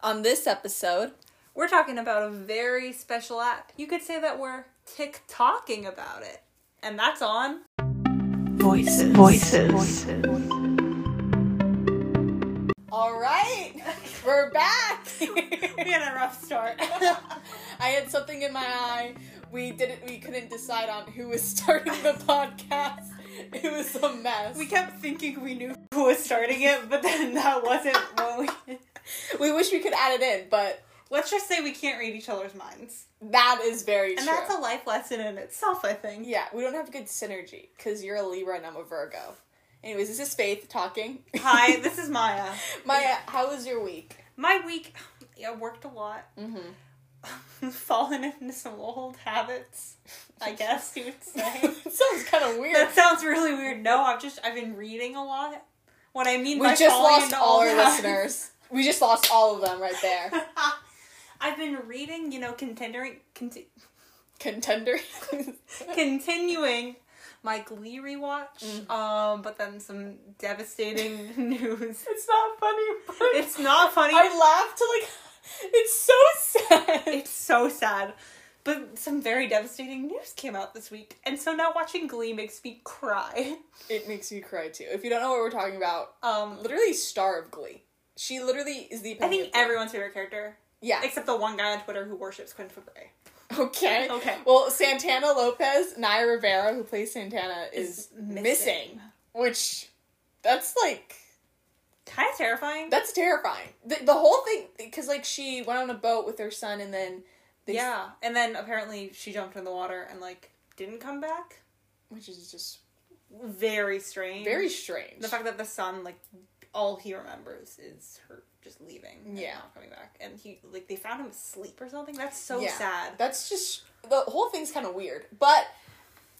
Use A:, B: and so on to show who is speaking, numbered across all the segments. A: On this episode,
B: We're talking about a very special app. You could say that we're TikToking about it. And that's on.
C: Voices. Voices.
A: all right, we're back.
B: We had a rough start.
A: I had something in my eye. We didn't. We couldn't decide on who was starting the podcast. It was a mess.
B: we kept thinking we knew who was starting it, but then that wasn't what we.
A: we wish we could add it in, but
B: Let's just say we can't read each other's minds.
A: that is very true.
B: And that's a life lesson in itself, I think.
A: yeah, we don't have good synergy because you're a Libra and I'm a Virgo. Anyways, this is Faith talking.
B: Hi, this is Maya.
A: Maya, how was your week?
B: My week, I worked a lot.
A: Mm-hmm.
B: Fallen into some old habits, I guess you would say.
A: sounds kind of weird.
B: that sounds really weird. No, I've just I've been reading a lot. What I mean
A: we
B: by
A: just
B: falling
A: lost
B: into
A: all
B: old
A: our
B: habits-
A: listeners. We just lost all of them right there.
B: I've been reading, you know, continuing conti-
A: Contender.
B: continuing my Glee rewatch.
A: Mm.
B: Um, but then some devastating news.
A: it's not funny. But
B: It's not funny.
A: I laughed to like. It's so sad.
B: It's so sad. But some very devastating news came out this week, and so now watching Glee makes me cry.
A: It makes me cry too. If you don't know what we're talking about,
B: Um,
A: literally star of Glee. She literally is the.
B: I
A: epitome
B: think
A: of Glee.
B: everyone's favorite character,
A: Yeah.
B: except the one guy on Twitter who worships Quinn Fabray,
A: Okay.
B: Okay.
A: Well, Santana Lopez, Naya Rivera, who plays Santana, is
B: is
A: missing.
B: missing.
A: Which, that's like,
B: Kind of terrifying.
A: that's terrifying. The, the whole thing, because like she went on a boat with her son, and then they,
B: yeah, and then apparently she jumped in the water and like didn't come back.
A: which is just
B: Very strange.
A: very strange.
B: Mm. the fact that the son like all he remembers is her just leaving. and
A: Yeah.
B: not coming back, and he like they found him asleep or something. That's so
A: Yeah.
B: sad.
A: that's just the whole thing's kind of weird. But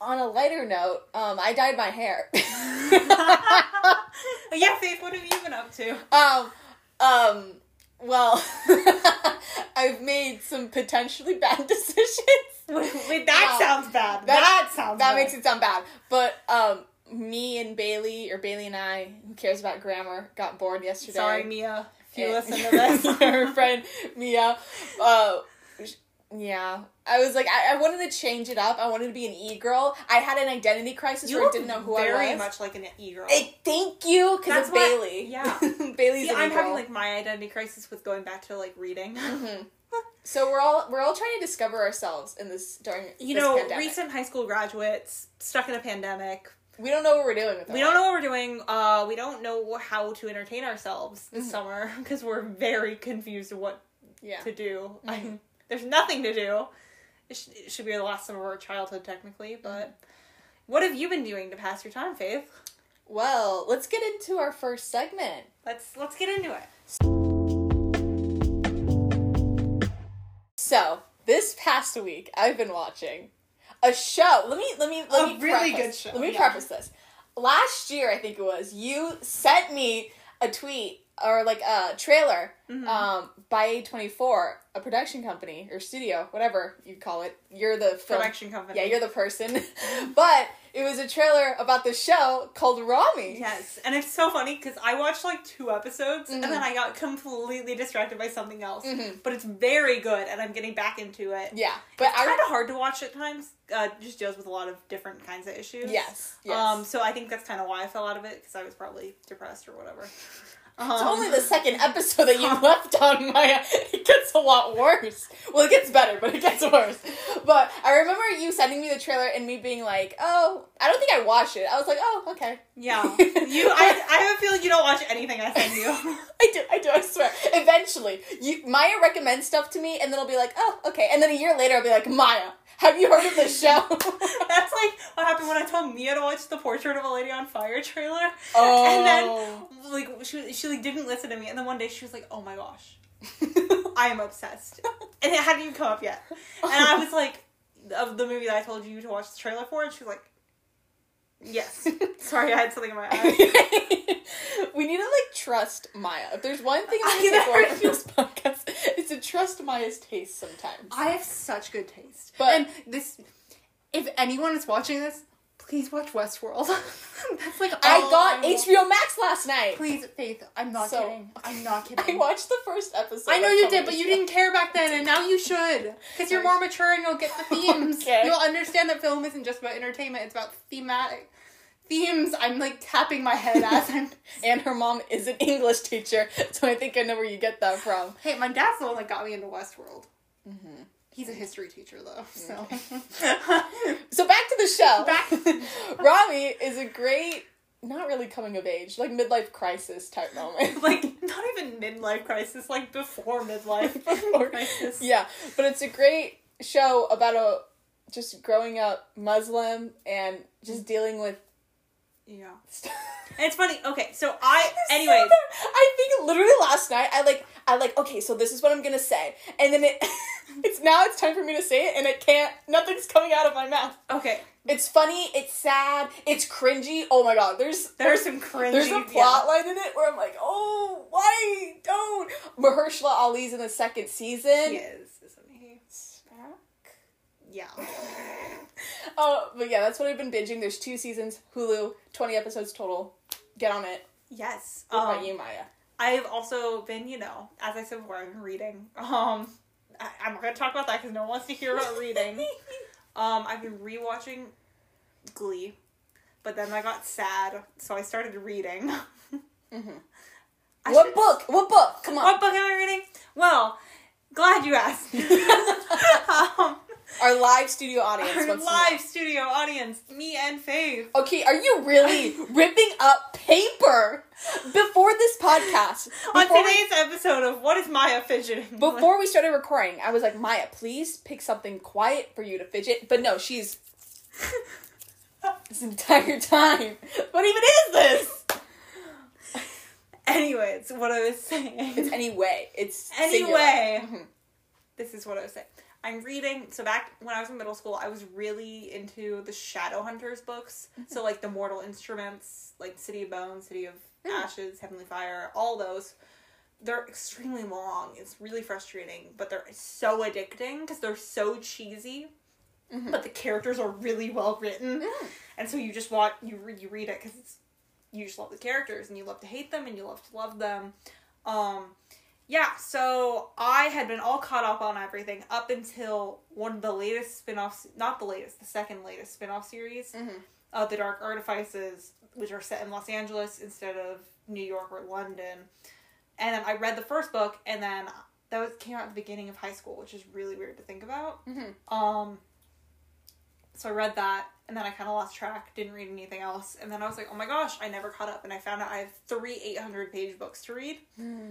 A: on a lighter note, um, I dyed my hair.
B: yeah, Faith, what have you been up to?
A: um, um, well, I've made some potentially bad decisions.
B: Wait, that
A: Wow.
B: sounds bad. That, sounds
A: that
B: bad.
A: makes it sound bad. But um, me and Bailey, or Bailey and I, who cares about grammar, got bored yesterday.
B: Sorry, Mia, if you
A: And-
B: listen to this.
A: her friend Mia. Uh, sh- yeah, I was like, I, I wanted to change it up. I wanted to be an e girl. I had an identity crisis
B: you
A: where I
B: look
A: didn't know who
B: very
A: I was.
B: much like an e-girl.
A: I thank you because
B: That's
A: of
B: why-
A: Bailey.
B: yeah.
A: Bailey's
B: See,
A: an
B: I'm
A: e-girl.
B: having like my identity crisis with going back to like reading.
A: Mm-hmm. So we're all we're all trying to discover ourselves in this during
B: You
A: this
B: know,
A: pandemic.
B: recent high school graduates stuck in a pandemic.
A: we don't know what we're doing with.
B: We don't know what we're doing. Uh, we don't know how to entertain ourselves
A: Mm-hmm.
B: this summer because we're very confused of what
A: Yeah.
B: to do.
A: Mm-hmm.
B: I, there's nothing to do. It, sh- it should be the last summer of our childhood, technically.
A: Mm-hmm.
B: But what have you been doing to pass your time, Faith?
A: Well, let's get into our first segment.
B: Let's let's get into it.
A: So this past week, I've been watching a show. Let me let me let
B: A
A: me
B: really
A: preface-
B: good show,
A: Let me
B: yeah.
A: preface this. Last year, I think it was you sent me a tweet or like a trailer
B: Mm-hmm.
A: um, by A twenty four, a production company or studio, whatever you call it. You're the film.
B: Production company.
A: Yeah, you're the person. but it was a trailer about the show called Rami.
B: Yes, and it's so funny because I watched like two episodes and
A: Mm-hmm.
B: then I got completely distracted by something else. But it's very good, and I'm getting back into it.
A: Yeah, but
B: it's
A: I
B: kind of hard to watch at times. Uh, just deals with a lot of different kinds of issues.
A: Yes, yes.
B: Um. So I think that's kind of why I fell out of it because I was probably depressed or whatever. Um,
A: It's only the second episode that you left on my. It gets a lot worse. Well, it gets better, but it gets worse. But I remember you sending me the trailer and me being like, "Oh, I don't think I watched it." I was like, "Oh, okay."
B: yeah. You. I. I have a feeling you don't watch anything I send you.
A: I do. I do. I swear. Eventually, you Maya recommends stuff to me, and then I'll be like, "Oh, okay." And then a year later, I'll be like, "Maya, have you heard of this show?"
B: That's like what happened when I told Mia to watch the Portrait of a Lady on Fire trailer.
A: Oh.
B: And then like she she like didn't listen to me, and then one day she was like, "Oh my gosh, I am obsessed," and it hadn't even come up yet. And I was like, "Of the movie that I told you to watch the trailer for," and she was like, "Yes, sorry, I had something in my eye."
A: we need to like trust Maya. If there's one thing
B: I
A: I can
B: never
A: take away from this podcast, it's to trust Maya's taste sometimes.
B: I have such good taste,
A: But-
B: and this. If anyone is watching this, Please watch Westworld. That's like all
A: I got
B: I'm-
A: HBO Max last night.
B: Um, Please, Faith. I'm not
A: So-
B: kidding. I'm not
A: I
B: kidding.
A: watched the first episode.
B: I know
A: of
B: you
A: Comedy
B: did, but you
A: Central.
B: didn't care back then, and now you should. Because you're more mature and you'll get the themes.
A: Okay.
B: You'll understand that film isn't just about entertainment, it's about thematic themes. I'm like tapping my head as I'm.
A: And her mom is an English teacher, so I think I know where you get that from.
B: Hey, my dad's the one that got me into Westworld.
A: Mm-hmm.
B: He's a history teacher, though, so.
A: So back to the show.
B: Back-
A: Rami is a great, not really coming of age, like midlife crisis type moment.
B: like, not even midlife crisis, like before midlife
A: Before-
B: crisis.
A: yeah, but it's a great show about a just growing up Muslim and just dealing with
B: Yeah.
A: stuff.
B: And it's funny. Okay, so I. Anyways.
A: So bad. I think literally last night I like I like okay, so this is what I'm gonna say, and then it it's now it's time for me to say it, and it can't. Nothing's coming out of my mouth.
B: Okay,
A: It's funny. It's sad. It's cringy. Oh my god. There's
B: there's some cringy.
A: There's a plot line in it where I'm like, oh, why don't Mahershala Ali's in the second
B: Yeah.
A: season?
B: He is, isn't he? Yeah.
A: Uh, but yeah, that's what I've been binging. There's two seasons, Hulu, 20 episodes total. Get on it.
B: Yes.
A: What
B: um,
A: about you, Maya?
B: I've also been, you know, as I said before, I've been reading. Um, I, I'm not gonna talk about that because no one wants to hear about reading. Um, I've been rewatching Glee, but then I got sad, so I started reading. I
A: Mm-hmm. what
B: should- Um,
A: book? What book? Come on.
B: What book am I reading? Well, glad you asked. um,
A: Our live studio audience.
B: our
A: wants to
B: live studio audience, me and Faith.
A: know. Okay, are you really ripping up paper before this podcast?
B: On
A: Before we-
B: today's episode of What is Maya Fidgeting?
A: Before we started recording, I was like, Maya, please pick something quiet for you to fidget. But no, she's this entire time. What even is this?
B: Anyways, what I was saying.
A: It's anyway. It's singular.
B: Anyway,
A: Mhm.
B: this is what I was saying. I'm reading. So back when I was in middle school, I was really into the Shadowhunters books. So like the Mortal Instruments, like City of Bones, City of Ashes, Heavenly Fire, all those. They're extremely long. It's really frustrating, but they're so addicting because they're so cheesy. But the characters are really well written, and so you just want you re- you read it because it's you just love the characters and you love to hate them and you love to love them. Um, yeah, so I had been all caught up on everything up until one of the latest spin-offs, not the latest, the second latest spin-off series
A: Mhm.
B: of The Dark Artifices, which are set in Los Angeles instead of New York or London. And then I read the first book and then that was came out at the beginning of high school, which is really weird to think about.
A: Mhm.
B: Um so I read that and then I kind of lost track, didn't read anything else. And then I was like, "Oh my gosh, I never caught up." And I found out I have 3 800-page books to read.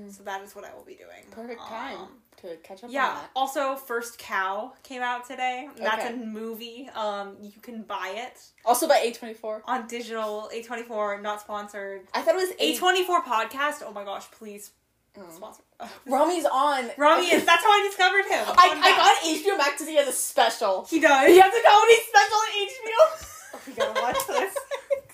B: So that is what I will be doing.
A: Perfect time
B: Um,
A: to catch up on
B: yeah.
A: that.
B: Also, First Cow came out today. That's
A: Okay.
B: a movie. Um, you can buy it
A: Also by A24.
B: on digital. A twenty four, not sponsored.
A: I thought it was
B: A
A: A20.
B: twenty four podcast. Oh my gosh, please
A: Oh.
B: sponsor.
A: Rami's on.
B: Rami is. That's how I discovered him.
A: I,
B: Fun
A: I
B: fact.
A: got HBO Max because he has a special.
B: He does.
A: He has a comedy special on HBO.
B: We gotta watch this.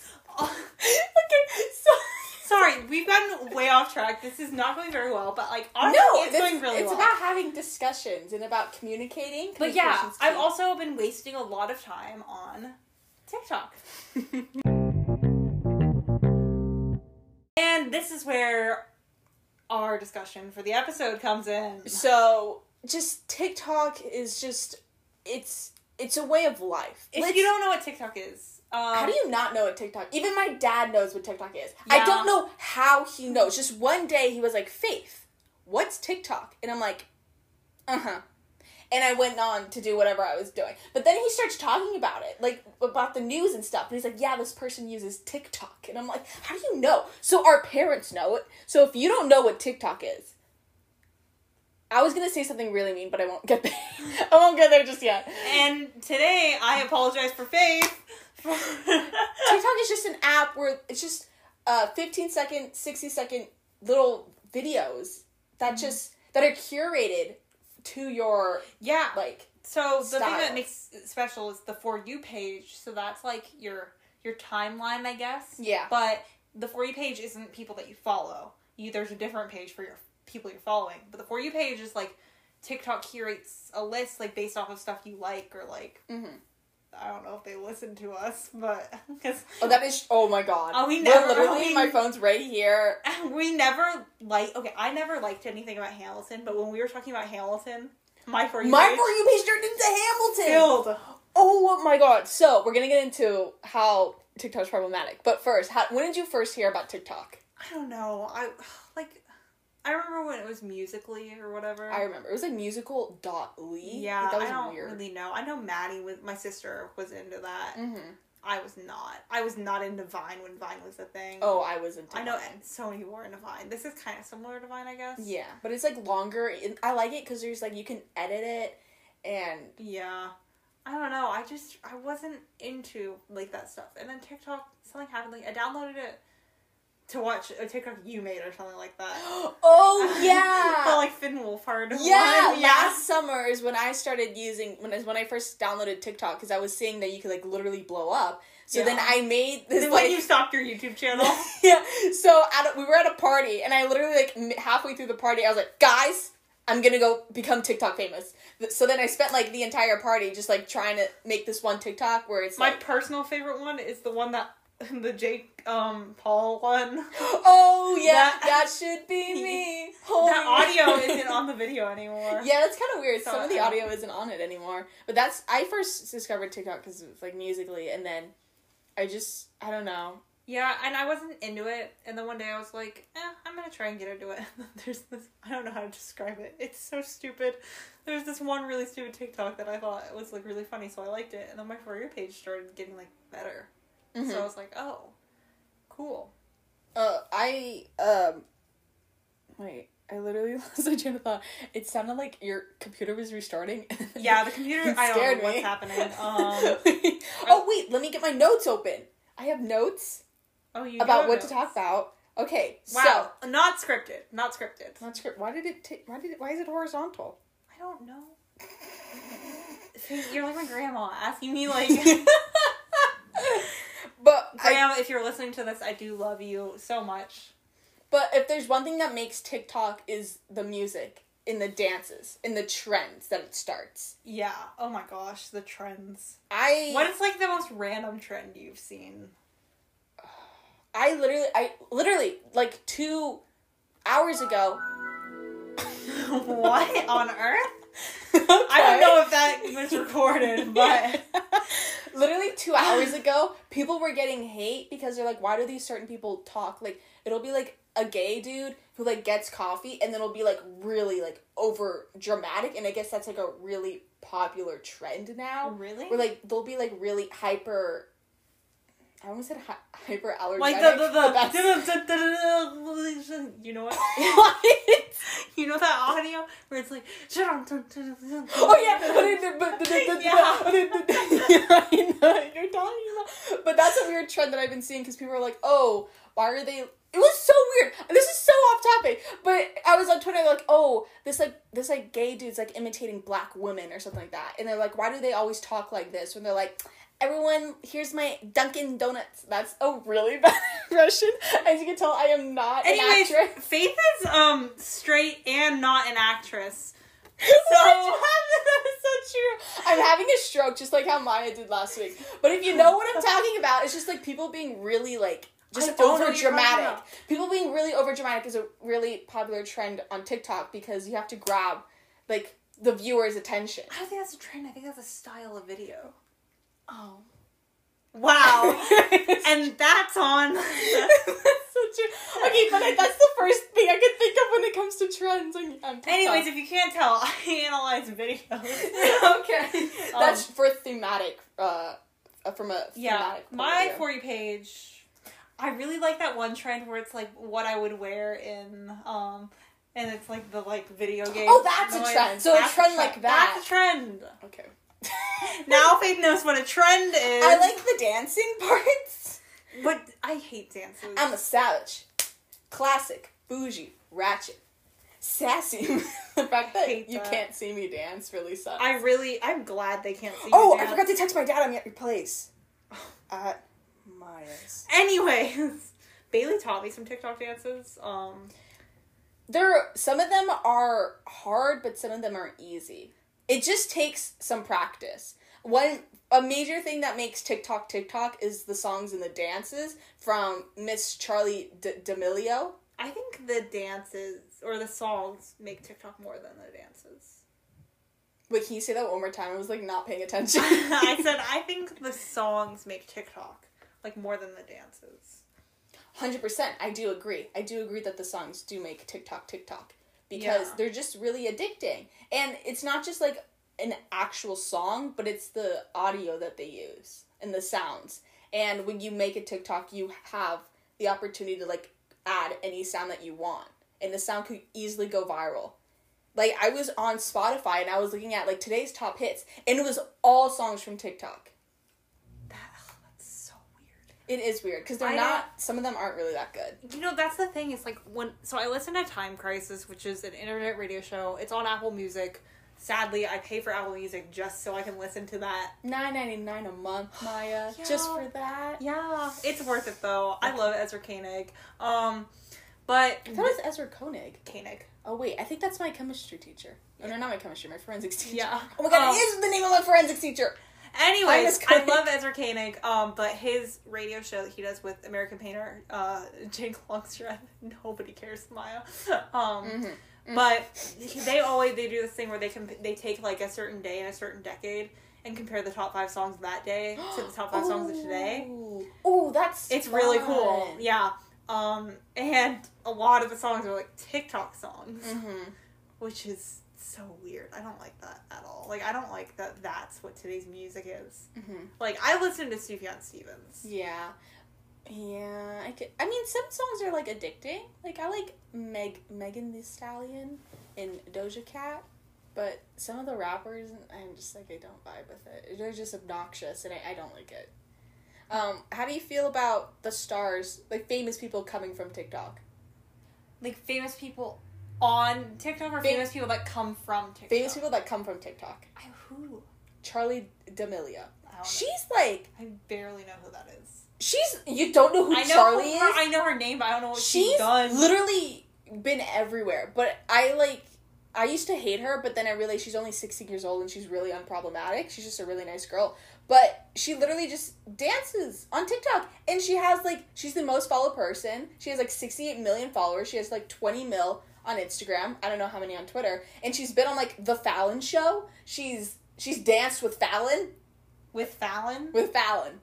A: okay, so.
B: Sorry, we've gotten way off track. This is not going very well, but like honestly,
A: No,
B: it's
A: this-
B: going really
A: it's
B: well.
A: about having discussions and about communicating.
B: but yeah,
A: Communication's
B: I've
A: key.
B: also been wasting a lot of time on TikTok. And this is where our discussion for the episode comes in.
A: So just TikTok is just it's it's a way of life.
B: If
A: Let's-
B: you don't know what TikTok is, um,
A: how do you not know what TikTok? Even my dad knows what TikTok is. I
B: Yeah.
A: don't know how he knows. Just one day he was like, "Faith, what's TikTok?" And I'm like, "Uh huh." And I went on to do whatever I was doing. But then he starts talking about it, like about the news and stuff. And he's like, "Yeah, this person uses TikTok." And I'm like, "How do you know?" So our parents know it. So if you don't know what TikTok is, I was gonna say something really mean, but I won't get there. I won't get there just yet.
B: And today, I apologize for Faith.
A: TikTok is just an app where it's just uh, 15 second, 60 second little videos
B: Mm-hmm.
A: that just that are curated to your
B: yeah.
A: like
B: So the thing
A: Style.
B: that makes it special is the for you page. So that's like your your timeline, I guess.
A: Yeah.
B: But the for you page isn't people that you follow. You there's a different page for your people you're following. But the for you page
A: Mm-hmm.
B: is like TikTok curates a list like based off of stuff you like or like I don't know if they listen to us, but because
A: Oh, that is. Oh my god.
B: Are we
A: We're
B: never-
A: literally.
B: are we-
A: My phone's right here.
B: we never like. Okay, I never liked anything about Hamilton, but when we were talking about Hamilton, my for you
A: My
B: page
A: for you page turned into Hamilton.
B: filled.
A: Oh my god. So we're gonna get into how TikTok's problematic. But first, how, when did you first hear about TikTok?
B: I don't know. I like. I remember when it was musically or whatever.
A: I remember. It was like musical dot Lee.
B: yeah,
A: Like, that was
B: I don't
A: weird.
B: really know. I know Maddie was my sister was into that.
A: hmm
B: I was not. I was not into Vine when Vine was a thing.
A: Oh, I was into
B: I know
A: mine.
B: so many people were into Vine. This is kind of similar to Vine, I guess.
A: Yeah, but it's like longer. and I like it because there's like you can edit it, and
B: Yeah. I don't know. I just I wasn't into like that stuff. And then TikTok, something happened. Like I downloaded it to watch a TikTok you made or something like that.
A: oh yeah.
B: the, like Finn Wolfhard. one.
A: yeah,
B: Yeah.
A: last summer is when I started using when I, when I first downloaded TikTok because I was seeing that you could like literally blow up. So then
B: Yeah.
A: I made this
B: Then
A: like
B: when you stopped your YouTube channel.
A: yeah. So at a, we were at a party, and I literally like m- halfway through the party, I was like, guys. I'm gonna go become TikTok famous. Th- So then I spent like the entire party just like trying to make this one TikTok where it's
B: My
A: like,
B: personal favorite one is the one that the Jake um Paul one.
A: oh yeah, that,
B: That-
A: should be me.
B: that
A: Holy-
B: audio isn't on the video anymore.
A: Yeah, that's kind of weird.
B: So
A: Some of the
B: I-
A: audio isn't on it anymore. But that's I first discovered TikTok because it was like musically, and then I just I don't know.
B: Yeah, and I wasn't into it. And then one day I was like, eh, I'm gonna try and get into it. There's this, I don't know how to describe it. It's so stupid. There's this one really stupid TikTok that I thought was like really funny, so I liked it. And then my For You page started getting like better.
A: Mm-hmm.
B: So I was like, oh, cool.
A: Uh, I um, wait. I literally lost my train of thought. It sounded like your computer was restarting.
B: Yeah, the computer,
A: It
B: I don't
A: scared
B: know what's
A: me.
B: happening. Um,
A: oh wait, let me get my notes open. I have notes
B: oh, you do
A: about
B: have
A: what to
B: notes.
A: talk about. Okay,
B: Wow, not scripted. Not scripted.
A: so not script. Why did it take? Why did it? Why is it horizontal?
B: I don't know. You're like my grandma asking me like
A: but I,
B: Graham, if you're listening to this, I do love you so much.
A: But if there's one thing that makes TikTok is the music in the dances, in the trends that it starts.
B: Yeah. Oh my gosh, the trends.
A: I
B: What is like the most random trend you've seen?
A: I literally I literally like 2 hours ago.
B: what on earth? I
A: Okay.
B: don't know if that was recorded, but
A: literally 2 hours ago, people were getting hate because they're like why do these certain people talk like it'll be like a gay dude who like gets coffee and then it'll be like really like over dramatic and I guess that's like a really popular trend now.
B: Oh, really,
A: Or like they'll be like really hyper. I almost said hi- hyper allergenic.
B: like the the,
A: but that's-
B: the, you know what?
A: What?
B: You know that audio where it's like
A: Oh yeah, but but- but- but-
B: Yeah.
A: but- but- yeah, I know what you're talking about. But that's a weird trend that I've been seeing because people are like, "Oh, why are they?" It was so weird. This is so off topic, but I was on Twitter like, "Oh, this like this like gay dude's like imitating black women or something like that," and they're like, "Why do they always talk like this?" When they're like. Everyone, here's my Dunkin' Donuts. That's a really bad impression. As you can tell, I am not
B: Anyways,
A: an actress.
B: Faith is um straight and not an actress.
A: What? That's so true. I'm having a stroke, just like how Maya did last week. But if you know what I'm talking about, it's just like people being really like just
B: I don't know
A: over
B: what you're talking
A: dramatic.
B: about.
A: People being really over dramatic is a really popular trend on TikTok because you have to grab like the viewer's attention.
B: I don't think that's a trend. I think that's a style of video.
A: Oh.
B: Wow.
A: That's
B: Oh. and that's on.
A: so true. Okay, but I, that's the first thing I could think of when it comes to trends on, on TikTok.
B: Anyways, if you can't tell, I analyze videos.
A: okay, that's for thematic. Uh, uh, from a thematic
B: Um, yeah,
A: point of
B: my
A: view.
B: for you page. I really like that one trend where it's like what I would wear in um, and it's like the like video game.
A: Oh, that's a
B: noise.
A: trend. So a trend like that.
B: That's a trend.
A: okay.
B: Now Faith knows what a trend is.
A: I like the dancing parts.
B: But I hate dances.
A: I'm a savage, classic, bougie, ratchet, sassy. the fact that
B: hate
A: you
B: that.
A: can't see me dance really sucks.
B: I really. I'm glad they can't see.
A: oh,
B: you
A: I
B: dance.
A: forgot to text my dad. I'm at your place. At Maya's.
B: Anyways, Bailey taught me some TikTok dances. Um,
A: There, some of them are hard, but some of them are easy. It just takes some practice. one a major thing that makes TikTok TikTok is the songs and the dances from Miss Charlie D- D'Amelio.
B: I think the dances or the songs make TikTok more than the dances.
A: Wait, can you say that one more time? I was like not paying attention.
B: I said I think the songs make TikTok like more than the dances.
A: Hundred percent. I do agree. I do agree that the songs do make TikTok TikTok because
B: Yeah.
A: they're just really addicting, and it's not just like an actual song, but it's the audio that they use and the sounds. And when you make a TikTok, you have the opportunity to like add any sound that you want, and the sound could easily go viral. Like I was on Spotify and I was looking at like today's top hits, and it was all songs from TikTok.
B: That, ugh, that's so weird.
A: It is weird because they're
B: I
A: not. Some of them aren't really that good.
B: You know that's the thing. It's like when so I listen to Time Crisis, which is an internet radio show. It's on Apple Music. Sadly, I pay for Apple Music just so I can listen to that.
A: Nine ninety nine a month, Maya. Just
B: Yeah.
A: for that.
B: Yeah, it's worth it though. I love Ezra Koenig. Um, but
A: I thought it was Ezra Koenig.
B: Koenig.
A: Oh wait, I think that's my chemistry teacher. Oh no, not my chemistry, my forensics teacher.
B: Yeah.
A: Oh my god,
B: Um,
A: it is the name of my forensics teacher.
B: Anyways,
A: Hi, Miss
B: I
A: Koenig.
B: love Ezra Koenig, um, but his radio show that he does with American painter uh, Jake Longstreth, nobody cares, Maya. Um,
A: Mm-hmm,
B: But they always they do this thing where they comp- they take like a certain day and a certain decade and compare the top five songs of that day to the top five songs of today.
A: Oh, that's
B: It's really cool,
A: fun.
B: yeah. Um, and a lot of the songs are like TikTok songs,
A: Mhm.
B: which is so weird. I don't like that at all. Like I don't like that. That's what today's music is.
A: Mhm.
B: Like I listen to Sufjan Stevens.
A: Yeah. Yeah, I could. I mean, some songs are like addicting. Like I like Meg, Megan Thee Stallion, and Doja Cat, but some of the rappers, I'm just like I don't vibe with it. They're just obnoxious, and I, I don't like it. Um, how do you feel about the stars, like famous people coming from TikTok?
B: Like famous people on TikTok or
A: Fam-
B: famous people that come from TikTok.
A: Famous people that come from TikTok.
B: I, who?
A: Charlie D'Amelio.
B: I don't know.
A: She's like
B: I barely know who that is.
A: she's you don't know who
B: I know
A: Charlie
B: her,
A: is.
B: I know her name, but I don't know what
A: she's
B: she's done.
A: literally been everywhere. But I like I used to hate her, but then I realized she's only 16 years old and she's really unproblematic. She's just a really nice girl. But she literally just dances on TikTok and she has like she's the most followed person. She has like 68 million followers. She has like 20 mil on Instagram. I don't know how many on Twitter. And she's been on like the Fallon show. She's she's danced with Fallon
B: with Fallon.
A: with Fallon.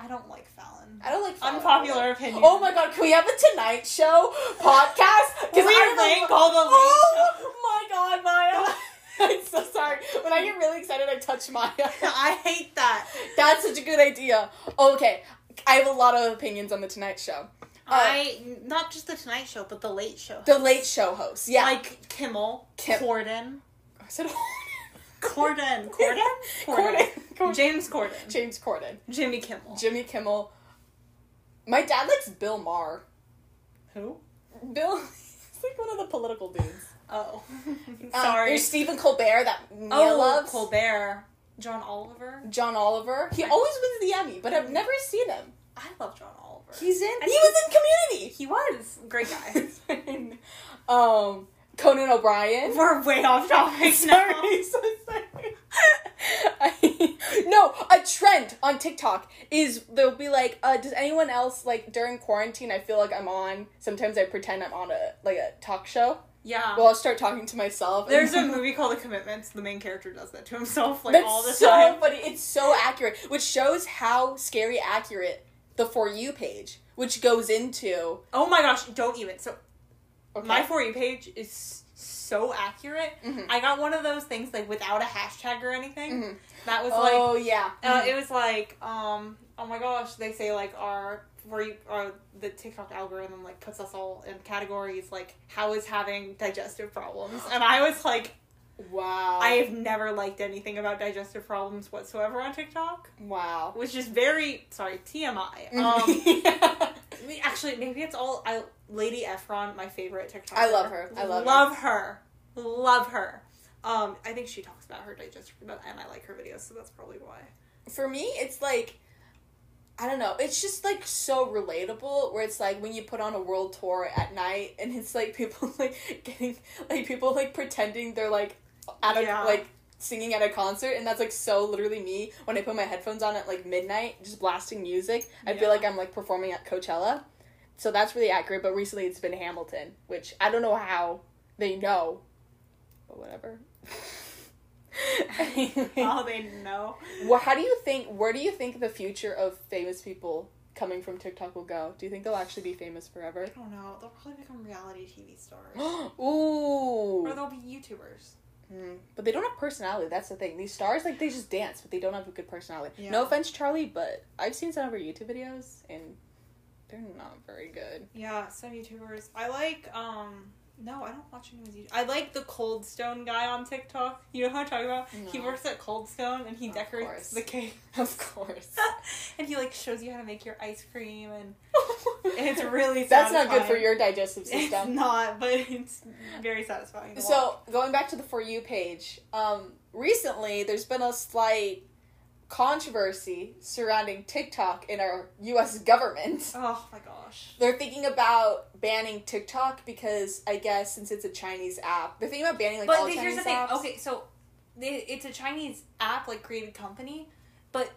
B: I don't like Fallon.
A: I don't like Fallon.
B: Unpopular opinion.
A: Oh my god, can we have a Tonight Show podcast? I
B: We
A: don't know-
B: rank all the late
A: Oh my god, Maya. I'm so sorry. When I get really excited, I touch Maya.
B: I hate that.
A: That's such a good idea. Oh, Okay, I have a lot of opinions on the Tonight Show.
B: I
A: Uh,
B: not just the Tonight Show, but the Late Show.
A: The Late Show host. Yeah.
B: Like Kimmel,
A: Kim-
B: Corden,
A: I said
B: Corden, Corden,
A: Corden? Corden. Corden.
B: James Corden,
A: James Corden.
B: Jimmy Kimmel.
A: Jimmy Kimmel. My dad likes Bill Maher.
B: Who?
A: Bill, he's like one of the political dudes.
B: Oh,
A: Um,
B: sorry.
A: There's Stephen Colbert that Mia
B: oh,
A: loves.
B: Colbert, John Oliver.
A: John Oliver. He always wins the Emmy, but I've never seen him.
B: I love John Oliver.
A: He's in.
B: I
A: He
B: think-
A: was in
B: he was great guy.
A: Community. um, Conan O'Brien.
B: We're way off topic now.
A: Sorry, so sorry. I- no, a trend on TikTok is they'll be like, uh, does anyone else like during quarantine? I feel like I'm on. Sometimes I pretend I'm on a like a talk show.
B: Yeah.
A: Well, I'll start talking to myself. and-
B: There's a movie called The Commitments. The main character does that to himself like
A: That's
B: all the
A: so
B: time.
A: funny. It's so accurate, which shows how scary accurate the for you page, which goes into
B: Oh my gosh! Don't even. So
A: okay.
B: my for you page is so accurate.
A: Mhm.
B: I got one of those things like without a hashtag or anything.
A: Mhm.
B: That was like
A: Oh yeah.
B: Uh, it was like, um, oh my gosh, they say like our where you our, the TikTok algorithm like puts us all in categories like how is having digestive problems, and I was like,
A: wow.
B: I have never liked anything about digestive problems whatsoever on TikTok,
A: wow.
B: which is very sorry TMI. Um,
A: Um,
B: we- actually, maybe it's all I Lady Efron, my favorite TikTok.
A: I love her. I love her.
B: love her, love her. Um, I think she talks about her digestive, and I like her videos, so that's probably why.
A: for me, it's like I don't know. It's just like so relatable. Where it's like when you put on a world tour at night, and it's like people like getting like people like pretending they're like at a
B: Yeah.
A: like singing at a concert, and that's like so literally me when I put my headphones on at like midnight, just blasting music. I
B: Yeah.
A: feel like I'm like performing at Coachella. So that's really accurate, but recently it's been Hamilton, which I don't know how they know, but whatever. Anyway.
B: Oh, they know.
A: Well, how do you think? Where do you think the future of famous people coming from TikTok will go? Do you think they'll actually be famous forever?
B: I don't know. They'll probably become reality TV stars. or
A: Ooh.
B: they'll be YouTubers.
A: Mm. But they don't have personality. That's the thing. These stars, like, they just dance, but they don't have a good personality. No
B: Yeah.
A: offense, Charlie, but I've seen some of her YouTube videos, and they're not very good.
B: Yeah, some YouTubers. I like, um, no, I don't watch anyone's YouTube. I like the Cold Stone guy on TikTok. You know who I'm talking about? He
A: No.
B: works at Cold Stone and he
A: Of
B: decorates
A: course.
B: the cake.
A: Of course.
B: and he, like, shows you how to make your ice cream and it's really
A: That's not good for
B: satisfying.
A: your digestive
B: it's
A: system.
B: not, but it's very satisfying. to watch.
A: So going back to the for you page, um, recently there's been a slight controversy surrounding TikTok in our U.S. government.
B: Oh my gosh.
A: They're thinking about banning TikTok because I guess since it's a Chinese app, they're thinking about banning like all
B: but the-
A: Chinese
B: here's the thing.
A: apps.
B: Okay, so they, it's a Chinese app, like created company, but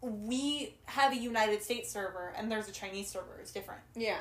B: we have a United States server and there's a Chinese server. It's different.
A: Yeah,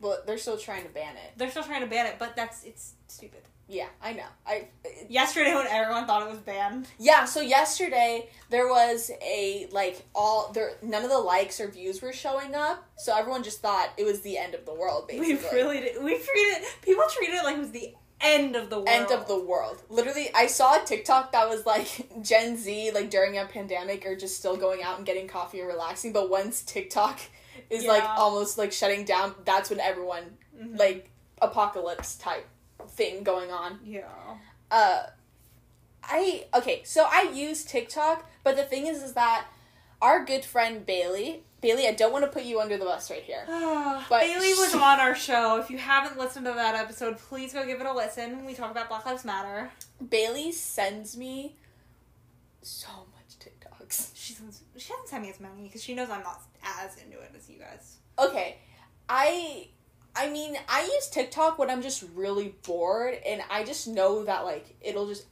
A: but they're still trying to ban it.
B: They're still trying to ban it, but that's it's stupid.
A: Yeah, I know. I
B: Yesterday, when everyone thought it was banned,
A: yeah. So yesterday there was a like all there none of the likes or views were showing up, so everyone just thought it was the end of the world. Basically,
B: we really did. We treated people treated it like it was the end of the world.
A: end of the world. Literally, I saw a TikTok that was like Gen Z, like during a pandemic, are just still going out and getting coffee and relaxing. But once TikTok is like
B: Yeah.
A: almost like shutting down, that's when everyone
B: Mhm.
A: like apocalypse type thing going on.
B: Mm-hmm. Yeah.
A: Uh, I okay, so I use TikTok, but the thing is, is that our good friend Bailey, Bailey, I don't want to put you under the bus right here. But
B: Bailey was
A: she-
B: on our show. If you haven't listened to that episode, please go give it a listen. We talk about Black Lives Matter.
A: Bailey sends me so much TikToks.
B: She's she hasn't sent me as many because she knows I'm not as into it as you guys.
A: okay i i mean i use tiktok when i'm just really bored and i just know that like it'll just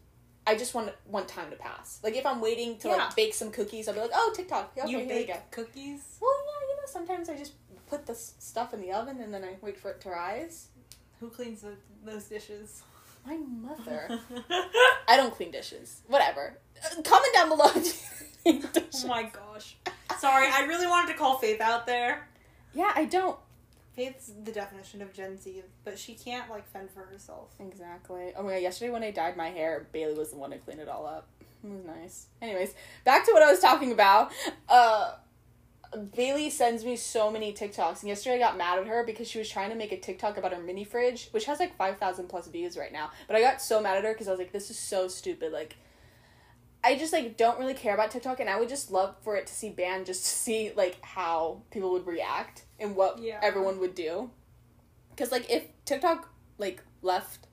A: i just want want time to pass like if i'm waiting to
B: Yeah.
A: like bake some cookies i'll be like oh tiktok okay,
B: you
A: here we
B: bake
A: go
B: cookies?
A: well yeah you know sometimes i just put the s- stuff in the oven and then i wait for it to rise
B: Who cleans the, those dishes? Oh
A: my mother i don't clean dishes whatever Uh, comment down below do you clean dishes?
B: oh my gosh. Sorry, I really wanted to call Faith out there.
A: yeah i don't
B: Faith's the definition of Gen Z, but she can't like fend for herself.
A: Exactly. Oh my god, yesterday when I dyed my hair, Bailey was the one to clean it all up. It was nice. Anyways, back to what I was talking about. Uh Bailey sends me so many TikToks, and yesterday I got mad at her because she was trying to make a TikTok about her mini fridge, which has like 5,000 plus views right now. But I got so mad at her because I was like, this is so stupid. Like, I just like don't really care about TikTok, and I would just love for it to see banned just to see like how people would react and what
B: Yeah.
A: everyone would do. Because like if TikTok like left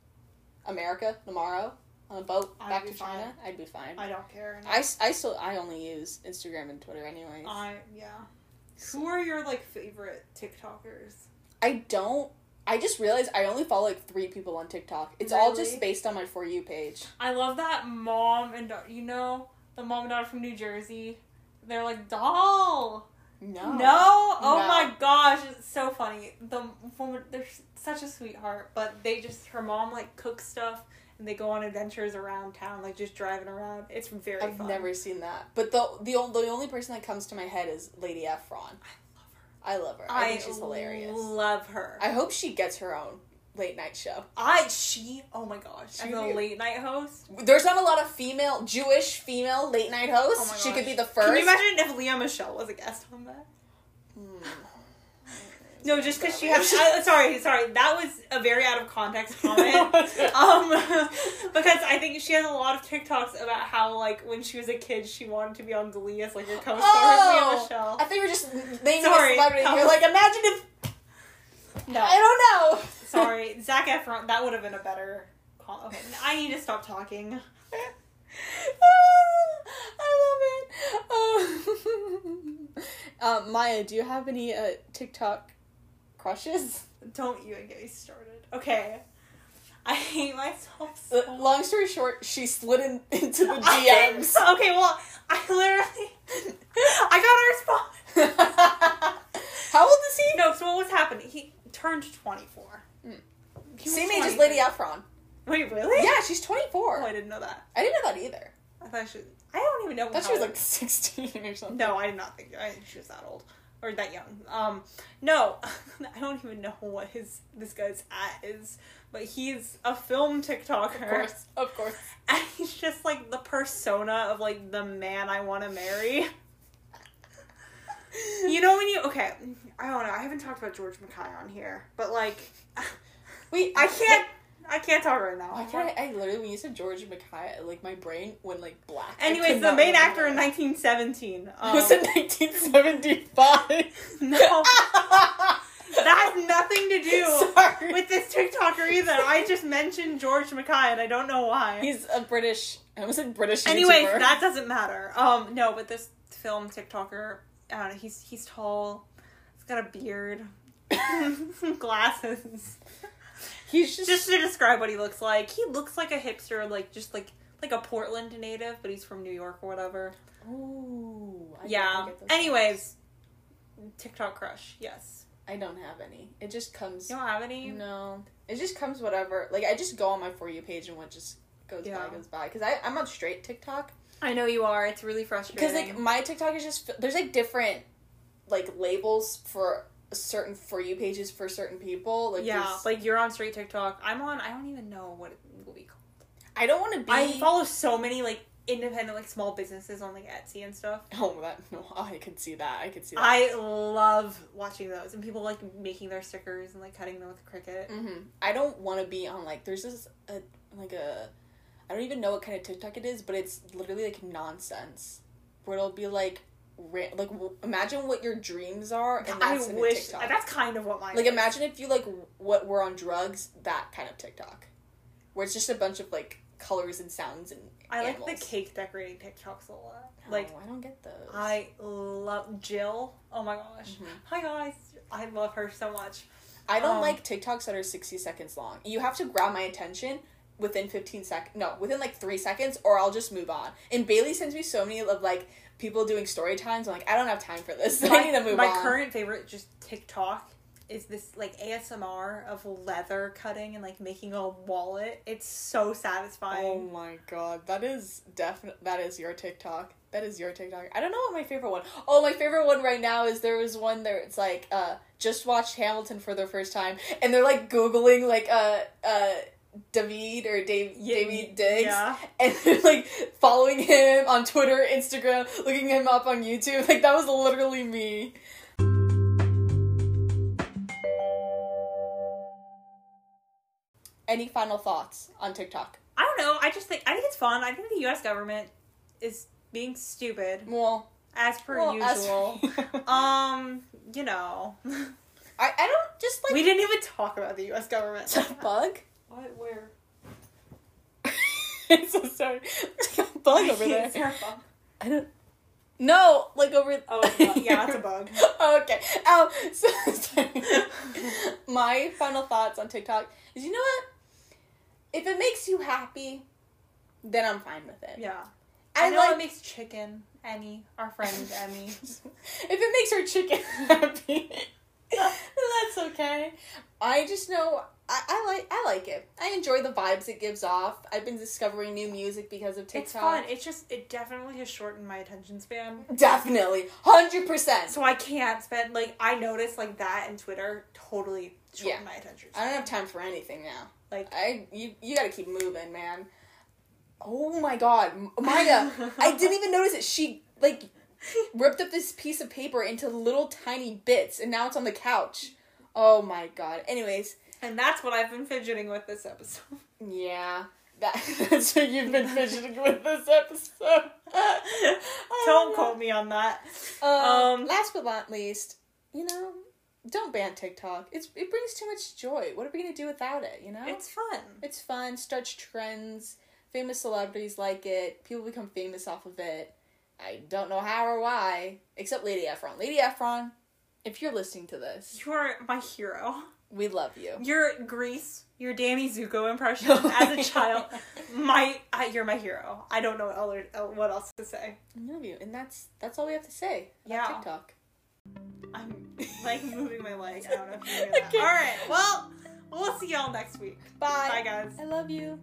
A: America tomorrow on a boat
B: I'd
A: back
B: be
A: to China,
B: fine.
A: I'd be fine. I,
B: I don't care. and
A: I, still I only use Instagram and Twitter anyways.
B: I yeah. Who are your like favorite TikTokers?
A: I don't. I just realized I only follow like three people on TikTok. It's all just
B: Really?
A: based on my for you page.
B: I love that mom and daughter. You know the mom and daughter from New Jersey. They're like doll.
A: No.
B: No, oh
A: No.
B: my gosh, it's so funny. The woman, they're s- such a sweetheart, but they just her mom like cooks stuff and they go on adventures around town, like just driving around. It's very
A: I've
B: fun.
A: never seen that. But the the on- the only person that comes to my head is Lady Efron. I love her. I, think she's hilarious.
B: Love her.
A: I hope she gets her own late night show.
B: I she oh my gosh,
A: I
B: she's a
A: do.
B: late night host.
A: There's not a lot of female Jewish female late night hosts.
B: Oh my
A: she could be
B: gosh.
A: the
B: Can
A: first.
B: you imagine if Leah Michelle was a guest on that?
A: Hmm.
B: No, just because she has. I, sorry, sorry. That was a very out of context comment. um, because I think she has a lot of TikToks about how like when she was a kid she wanted to be on Glee as like a co-star
A: Oh!
B: with Leah Michelle.
A: I think we're just naming
B: Sorry.
A: a celebrity. You're like, imagine if
B: No,
A: I don't know.
B: sorry, Zach Efron. That would have been a better. Call. Okay, I need to stop talking.
A: Ah, I love it. um, Maya, do you have any uh, TikTok crushes?
B: Don't you even get me started. Okay. I hate myself so
A: L- Long story short, she slid in, into Uh, the
B: Oh. I-
A: DMs.
B: okay, well, I literally, I got a response.
A: How old is he?
B: No, so what was happening? He turned twenty four.
A: Hmm.
B: He was
A: Same age as
B: 23.
A: Lady Efron.
B: Wait, really?
A: Yeah, she's 24.
B: Oh, I didn't know that.
A: I didn't know that either.
B: I thought she. I don't even know.
A: I thought
B: how
A: she was
B: old-
A: like 16 or something.
B: No, I did not think. I didn't think she was that old or that young. Um, no, I don't even know what his this guy's at is, but he's a film TikToker.
A: Of course. Of course.
B: and he's just like the persona of like the man I want to marry. You know when you okay, I don't know. I haven't talked about George Mackay on here, but like,
A: Wait,
B: I can't, I can't talk right now.
A: Why can't I, I literally, when you said George Mackay, like my brain went like black. I
B: Anyways,
A: could
B: the
A: not
B: main
A: remember
B: actor in
A: it.
B: 1917. Um,
A: It was in 1975.
B: no, that has nothing to do
A: Sorry.
B: with this TikToker either. I just mentioned George Mackay, and I don't know why.
A: He's a British. I almost said British.
B: Anyways,
A: YouTuber.
B: that doesn't matter. Um, no, but this film TikToker, I don't know. He's he's tall. He's got a beard, glasses.
A: he's just,
B: Just to describe what he looks like, he looks like a hipster, like just like like a Portland native, but he's from New York or whatever.
A: Ooh, I get-
B: yeah.
A: I get those
B: Anyways, TikTok crush. Yes.
A: vibes. I don't have any. It just comes.
B: You don't have any.
A: No, it just comes whatever. Like I just go on my for you page and what just goes
B: Yeah.
A: by goes by. Cause I I'm on straight TikTok.
B: I know you are. It's really frustrating.
A: Because like my TikTok is just fi- there's like different like labels for certain for you pages for certain people. Like
B: yeah,
A: there's-
B: like you're on straight TikTok. I'm on. I don't even know what it will be called.
A: I don't want to be.
B: I follow so many like independent like small businesses on like Etsy and stuff.
A: oh that no, I could see that. I could see that.
B: I love watching those and people like making their stickers and like cutting them with Cricut.
A: hmm I don't want to be on like there's this uh, like a I don't even know what kind of TikTok it is, but it's literally like nonsense. Where it'll be like. Ra- like w- imagine what your dreams are and
B: I
A: that's in a
B: wish
A: TikTok.
B: that's kind of what mine.
A: Like
B: is.
A: imagine if you like w- what were on drugs, that kind of TikTok, where it's just a bunch of like colors and sounds and
B: I like the
A: animals.
B: cake decorating TikToks a lot.
A: No,
B: Like
A: I don't get those.
B: I love Jill. Oh my gosh.
A: Mhm.
B: Hi guys. I love her so much.
A: I don't
B: um,
A: like TikToks that are sixty seconds long. You have to grab my attention within fifteen sec. No, within like three seconds, or I'll just move on. And Bailey sends me so many of like people doing story times. I'm like, I don't have time for this. I need to move
B: my
A: on.
B: current favorite just TikTok is this like ASMR of leather cutting and like making a wallet. It's so satisfying.
A: Oh my god, that is definite. That is your TikTok. That is your TikTok. I don't know what my favorite one. Oh, my favorite one right now is there was one there. It's like uh, just watched Hamilton for the first time, and they're like googling like uh uh David or Dave
B: Yeah,
A: David Diggs,
B: yeah.
A: and they're like following him on Twitter, Instagram, looking him up on YouTube. Like that was literally me. Any final thoughts on TikTok?
B: I don't know. I just think I think it's fun. I think the U.S. government is being stupid
A: Well,
B: as per
A: Well,
B: usual.
A: as-
B: um, you know, we
A: I, I don't just like
B: didn't even talk about the U.S. government.
A: bug.
B: what? Where?
A: I'm so sorry. There's a bug over there.
B: Is there a bug?
A: I don't. No, like over.
B: Oh, it's a bug. yeah, it's a bug.
A: okay. Um. So sorry. My final thoughts on TikTok is you know what? If it makes you happy, then I'm fine with it.
B: Yeah, I,
A: I,
B: know it
A: like.
B: makes chicken. Emmy, our friend Emmy.
A: if it makes her chicken happy, then that's okay. I just know I, I like I like it. I enjoy the vibes it gives off. I've been discovering new music because of TikTok.
B: It's fun. It's just it definitely has shortened my attention span,
A: Definitely, hundred percent.
B: so I can't spend like I noticed like that and Twitter totally shortened
A: Yeah.
B: my attention.
A: I
B: Span.
A: don't have time for anything now.
B: Like
A: I you you gotta keep moving, man. Oh my God, M- Maya! I didn't even notice it. She like ripped up this piece of paper into little tiny bits, and now it's on the couch. Oh my God. Anyways,
B: And that's what I've been fidgeting with this episode.
A: yeah, that, that's what you've been fidgeting with this episode.
B: Don't quote me on that.
A: Um,
B: Um,
A: last but not least, you know, don't ban TikTok. It's it brings too much joy. What are we gonna do without it? You know,
B: It's fun.
A: it's fun. Starts trends. Famous celebrities like it. People become famous off of it. I don't know how or why, except Lady Efron. Lady Efron, if you're listening to this,
B: You are my hero.
A: we love you.
B: You're Greece. your Danny Zuko impression as a child. My, I, you're my hero. I don't know what other, uh, what else to say.
A: I love you, and that's that's all we have to say about
B: Yeah.
A: TikTok.
B: I'm like moving my leg. I don't know if you hear that. All right. Well, we'll see y'all next week. Bye guys.
A: I love you.